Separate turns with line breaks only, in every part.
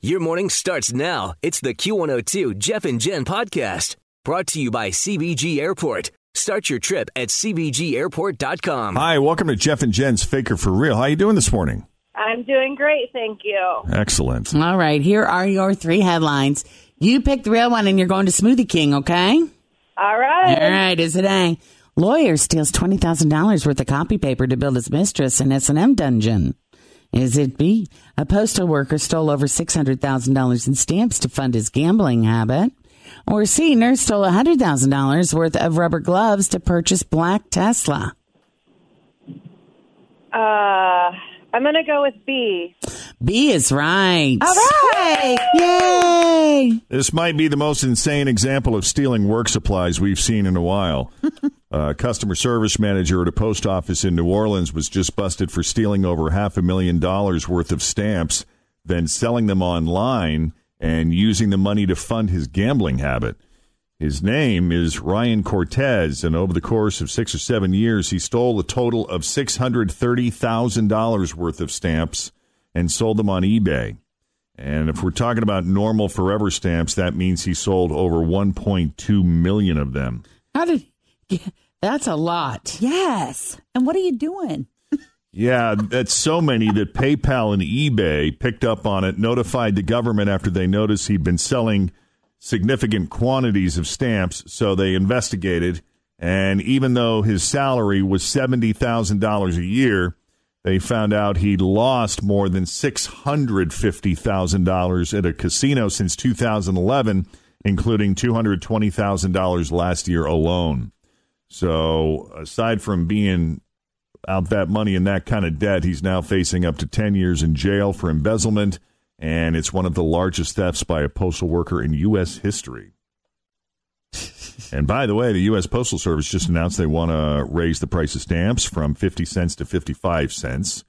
Your morning starts now. It's the Q102 Jeff and Jen podcast brought to you by CBG Airport. Start your trip at CBGAirport.com.
Hi, welcome to Jeff and Jen's Faker for Real. How you doing this morning?
I'm doing great, thank you.
Excellent.
All right, here are your three headlines. You pick the real one and you're going to Smoothie King, okay?
All
All
right.
right, is it A? Lawyer steals $20,000 worth of copy paper to build his mistress an S&M dungeon. Is it B? A postal worker stole over $600,000 in stamps to fund his gambling habit. Or C, nurse stole $100,000 worth of rubber gloves to purchase black Tesla.
Uh, I'm gonna go with B.
B is right.
All right.
Yay!
This might be the most insane example of stealing work supplies we've seen in a while. A customer service manager at a post office in New Orleans was just busted for stealing over half a million dollars worth of stamps, then selling them online and using the money to fund his gambling habit. His name is Ryan Cortez, and over the course of six or seven years, he stole a total of $630,000 worth of stamps and sold them on eBay. And if we're talking about normal forever stamps, that means he sold over 1.2 million of them.
How did? yeah, that's a lot.
Yes. And what are you doing?
Yeah, that's so many that PayPal and eBay picked up on it, notified the government after they noticed he'd been selling significant quantities of stamps, so they investigated. And even though his salary was $70,000 a year, they found out he lost more than $650,000 at a casino since 2011, including $220,000 last year alone. So, aside from being out that money and that kind of debt, he's now facing up to 10 years in jail for embezzlement, and it's one of the largest thefts by a postal worker in U.S. history. and by the way, the U.S. Postal Service just announced they want to raise the price of stamps from 50 cents to 55 cents,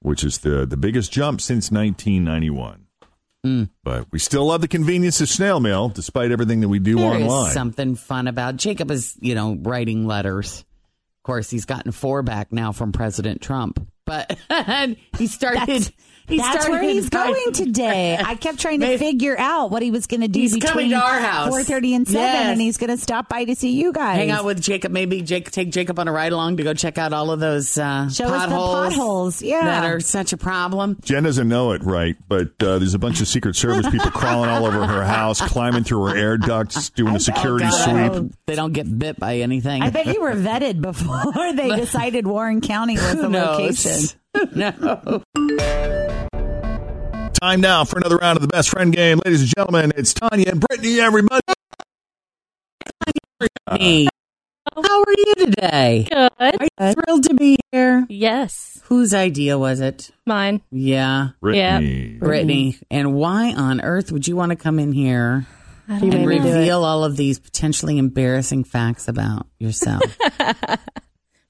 which is the, the biggest jump since 1991.
Hmm.
But we still love the convenience of snail mail, despite everything that we do
There is
online.
something fun about Jacob is, you know, writing letters. Of course, he's gotten four back now from President Trump, but he started.
That's,
he
that's
started
where he's
writing-
going today. I kept trying to
Maybe-
figure out what he was going to do
He's coming
between
to our house.
4.30 and 7,
Yes.
and he's going to stop by to see you guys.
Hang out with Jacob. Maybe Jake take Jacob on a ride along to go check out all of those uh,
Show us the
potholes,
potholes, yeah.
that are such a problem.
Jen doesn't know it, right? But uh, there's a bunch of Secret Service people crawling all over her house, climbing through her air ducts, doing a security
Oh, God, I
sweep.
hope They don't get bit by anything.
I bet you were vetted before they decided Warren County was the
Who knows?
location.
no.
Time now for another round of the best friend game, ladies and gentlemen. It's Tanya and Brittany. Everybody,
Me. How are you today?
Good.
Are you thrilled to be here?
Yes.
Whose idea was it?
Mine.
Yeah.
Brittany.
Brittany, and why on earth would you want to come in here and reveal all of these potentially embarrassing facts about yourself?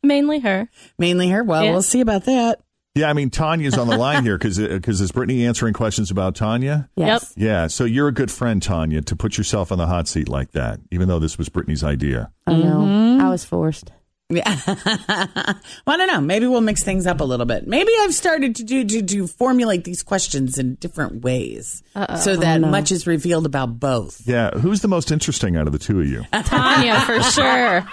Mainly her.
Mainly her. Well,
Yeah.
we'll see about that.
Yeah, I mean Tanya's on the line here because is Brittany answering questions about Tanya?
Yes.
Yeah, so you're a good friend, Tanya, to put yourself on the hot seat like that, even though this was Brittany's idea.
I
Mm-hmm.
know. I was forced.
Yeah. well, I don't know. Maybe we'll mix things up a little bit. Maybe I've started to do to, to formulate these questions in different ways so that much is revealed about both.
Yeah, who's the most interesting out of the two of you?
Tanya, for sure.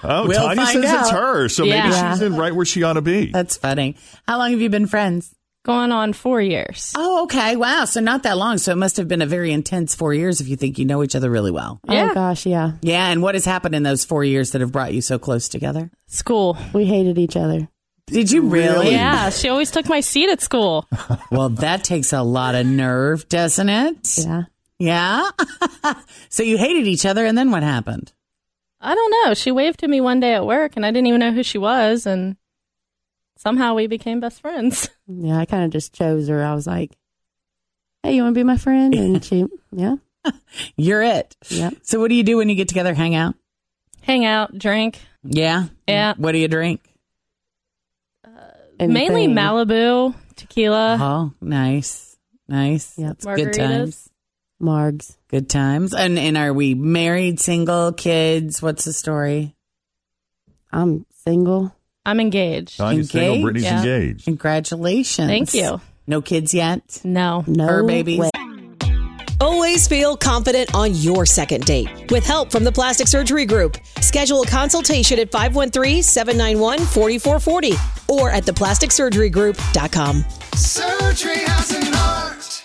Oh,
We'll
Tanya
find
says it's
out. Uh,
her, so maybe
Yeah.
she's in right where she ought to be.
That's funny. How long have you been friends?
Going on four years.
Oh, okay. Wow. So not that long. So it must have been a very intense four years if you think you know each other really well.
Yeah.
Oh gosh, yeah.
Yeah, and what has happened in those four years that have brought you so close together?
School.
We hated each other.
Did you really?
Yeah. She always took my seat at school.
Well, that takes a lot of nerve, doesn't it?
Yeah.
Yeah. so you hated each other, and then what happened?
I don't know. She waved to me one day at work and I didn't even know who she was. And somehow we became best friends.
Yeah, I kind of just chose her. I was like, "Hey, you want to be my friend?" And she, yeah,
You're it.
Yep.
So what do you do when you get together? Hang out?
Hang out, drink.
Yeah.
Yeah.
What do you drink?
Mainly
Anything.
Malibu, tequila,
oh, nice, nice.
Yep.
It's good times.
Uh, margaritas.
Margs.
Good times. And and are we married, single, kids? What's the story?
I'm single.
I'm engaged.
Tanya's single,
Engaged?
Brittany's
Yeah.
engaged.
Congratulations.
Thank you.
No kids yet.
No.
No
Her babies.
way.
Always feel confident on your second date with help from the Plastic Surgery Group. Schedule a consultation at 513 791 4440 or at theplasticsurgerygroup.com.
Surgery has an art.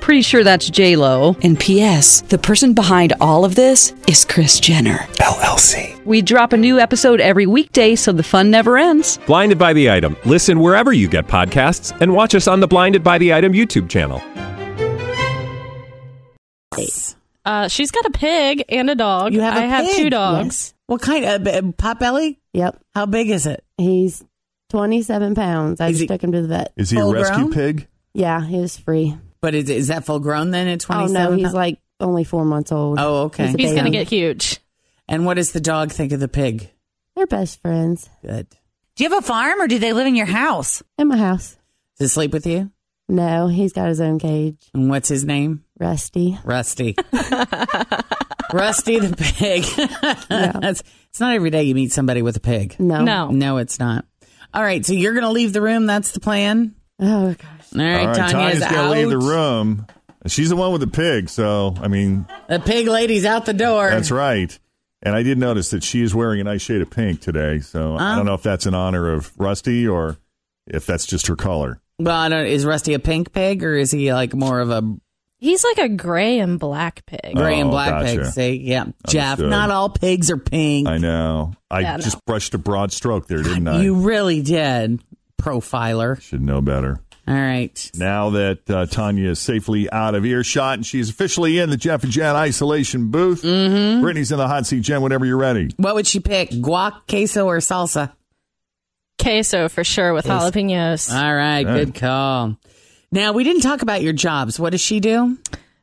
Pretty sure that's J Lo. And P.S. The person behind all of this is Chris Jenner
LLC.
We drop a new episode every weekday, so the fun never ends.
Blinded by the item. Listen wherever you get podcasts, and watch us on the Blinded by the Item YouTube channel.
Uh, she's got a pig and a dog.
You have a
I have
pig,
two
yes.
dogs.
What kind of uh, pot belly?
Yep.
How big is it?
He's 27 pounds. I
Is
just
he-
took him to the vet.
Is he a
Full
rescue
grown?
pig?
Yeah, he was free.
But is, is that full grown then at
Oh,
27?
no, he's like only four months old.
Oh, okay.
a
He's
He's going to
baby.
get huge.
and what does the dog think of the pig?
They're best friends
Good.
Do you have a farm or do they live in your house?
in my house.
Does it sleep with you?
No, he's got his own cage.
And what's his name?
Rusty.
Rusty. Rusty the pig. That's, it's not every day you meet somebody with a pig.
No.
No.
No, it's not. All right, so you're going to leave the room. That's the plan.
Oh, gosh.
All right,
All right,
Tanya's,
Tanya's
out.
to leave the room. She's the one with the pig, so I mean
The pig lady's out the door.
that's right. And I did notice that she is wearing a nice shade of pink today, so I
Oh.
don't know if that's in honor of Rusty or if that's just her color.
Well, I don't, is Rusty a pink pig or is he like more of a
He's like a gray and black pig.
gray and
Oh,
black
gotcha.
pig? See, yeah, Jeff.
Understood.
Not all pigs are pink.
I know. I
Yeah, no.
just brushed a broad stroke there, didn't I?
You really did, profiler.
should know better.
All right.
Now that uh, Tanya is safely out of earshot and she's officially in the Jeff and Jan isolation booth,
Mm-hmm.
Brittany's in the hot seat. Jen, whenever you're ready.
What would she pick? Guac, queso, or salsa?
Queso for sure with jalapenos.
All
All right.
right, good call. Now we didn't talk about your jobs. What does she do?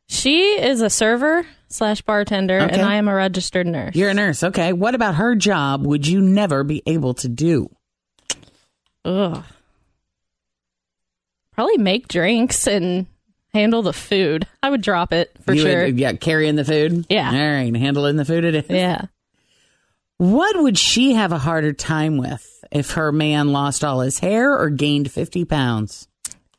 She is a server slash bartender,
Okay.
and I am a registered nurse.
You're a nurse. Okay. What about her job would you never be able to do?
Ugh. Probably make drinks and handle the food. I would drop it for
You would-
sure.
yeah, carrying the food.
Yeah.
All right, handling the food it is.
yeah.
What would she have a harder time with if her man lost all his hair or gained 50 pounds?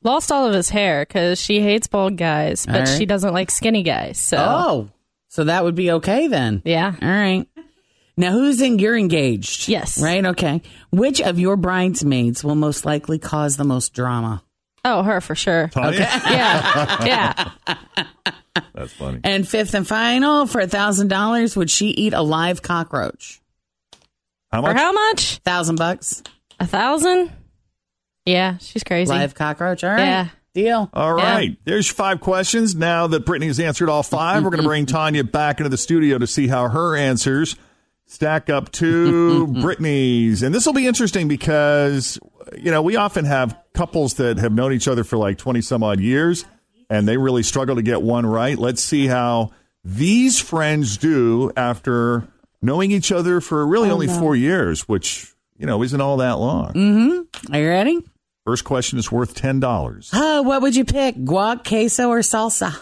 Lost all of his hair because she hates bald guys, but
All right.
she doesn't like skinny guys. So,
Oh, so that would be okay then.
yeah.
All right. Now, who's in? You're engaged.
Yes.
Right? Okay. Which of your bridesmaids will most likely cause the most drama?
Oh, her for sure.
Tanya?
Yeah. yeah.
That's funny.
And fifth and final, for a $1,000, would she eat a live cockroach?
How
For
much?
how much?
Thousand bucks?
A thousand? Yeah. She's crazy.
Live cockroach. All right.
Yeah.
Deal.
All
Yeah.
right. There's your five questions. Now that Brittany has answered all five, we're going to bring Tanya back into the studio to see how her answers stack up to Brittany's. And this will be interesting because, you know, we often have couples that have known each other for like 20 some odd years and they really struggle to get one right. Let's see how these friends do after knowing each other for really only four years, which, you know, isn't all that long.
Are you ready?
First question is worth $10.
Uh, what would you pick? Guac, queso, or salsa?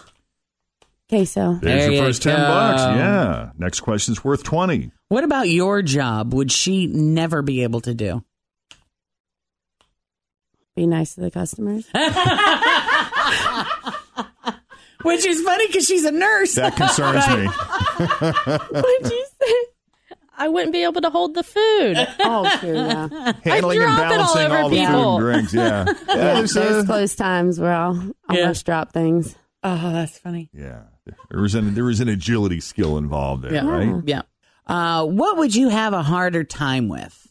Queso.
There's
There
your
you
first ten bucks.
go.
Yeah. Next question's worth twenty.
What about your job would she never be able to do?
Be nice to the customers.
Which is funny because she's a nurse.
That concerns me.
What'd you say? I wouldn't be able to hold the food.
oh, true, yeah.
Handling and
drop it
balancing all,
all over
the food
people.
and drinks. Yeah. yeah. There's
There's
a,
close times where I'll
Yeah.
almost drop things.
oh, that's funny.
yeah. There was an there was an agility skill involved there,
Yeah. Mm.
right?
Yeah. Uh, what would you have a harder time with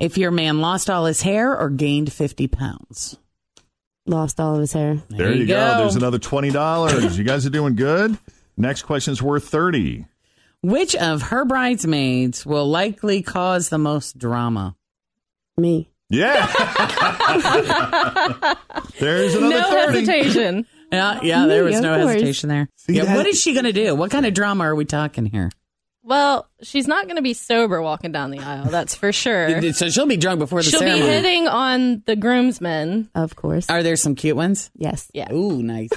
if your man lost all his hair or gained 50 pounds?
Lost all of his hair.
There, you go. There's another twenty dollars. you guys are doing good. Next question's worth thirty.
Which of her bridesmaids will likely cause the most drama?
Me.
Yeah. There's another
no
thirty.
hesitation.
Yeah, yeah, there was
of
no
course.
hesitation there.
See,
yeah,
that-
what is she going to do? What kind of drama are we talking here?
Well, she's not going to be sober walking down the aisle. That's for sure.
So she'll be drunk before the
She'll
ceremony.
be hitting on the groomsmen.
Of course.
Uh, Are there some cute ones?
yes.
Yeah.
Ooh, nice.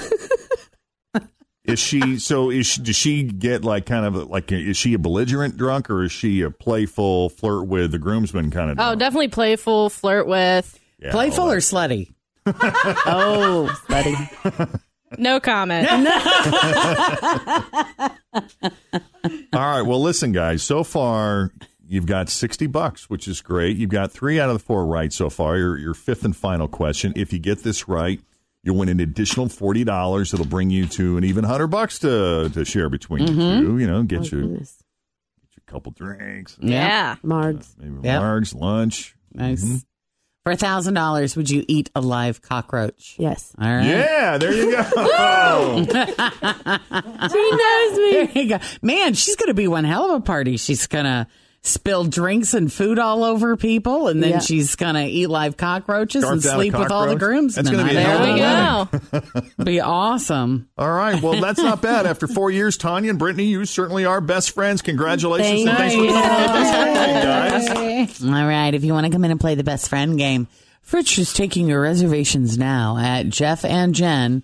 Is she so? Is she, does she get like kind of like is she a belligerent drunk or is she a playful flirt with the groomsman kind of?
Oh, definitely playful, flirt with.
Yeah, Playful all that. or
slutty?
oh, slutty. no comment.
All right. Well, listen, guys. So far, you've got sixty bucks, which is great. You've got three out of the four right so far. Your your fifth and final question. If you get this right, you'll win an additional forty dollars. It'll bring you to an even hundred bucks to to share between
Mhm.
you
Mm-hmm.
two. You know, get
Oh,
you
goodness.
get you a couple drinks.
Mards.
Maybe
Yeah.
Marg's lunch.
Nice.
Mm-hmm.
For a thousand dollars, would you eat a live cockroach?
Yes.
All right.
Yeah, there you go.
she knows me. There you go. Man, she's going to be one hell of a party. She's going to spill drinks and food all over people, and then
Yeah.
she's going to eat live cockroaches
Carve
and
down a
sleep with all the
cockroach?
grooms.
That's gonna be a hell of a
be awesome.
All right. Well, that's not bad. After four years, Tanya and Brittany, you certainly are best friends. Congratulations. and thanks for
Thank
calling up this morning, guys.
All right. If you want to come in and play the best friend game, Fritch is taking your reservations now at Jeff and Jen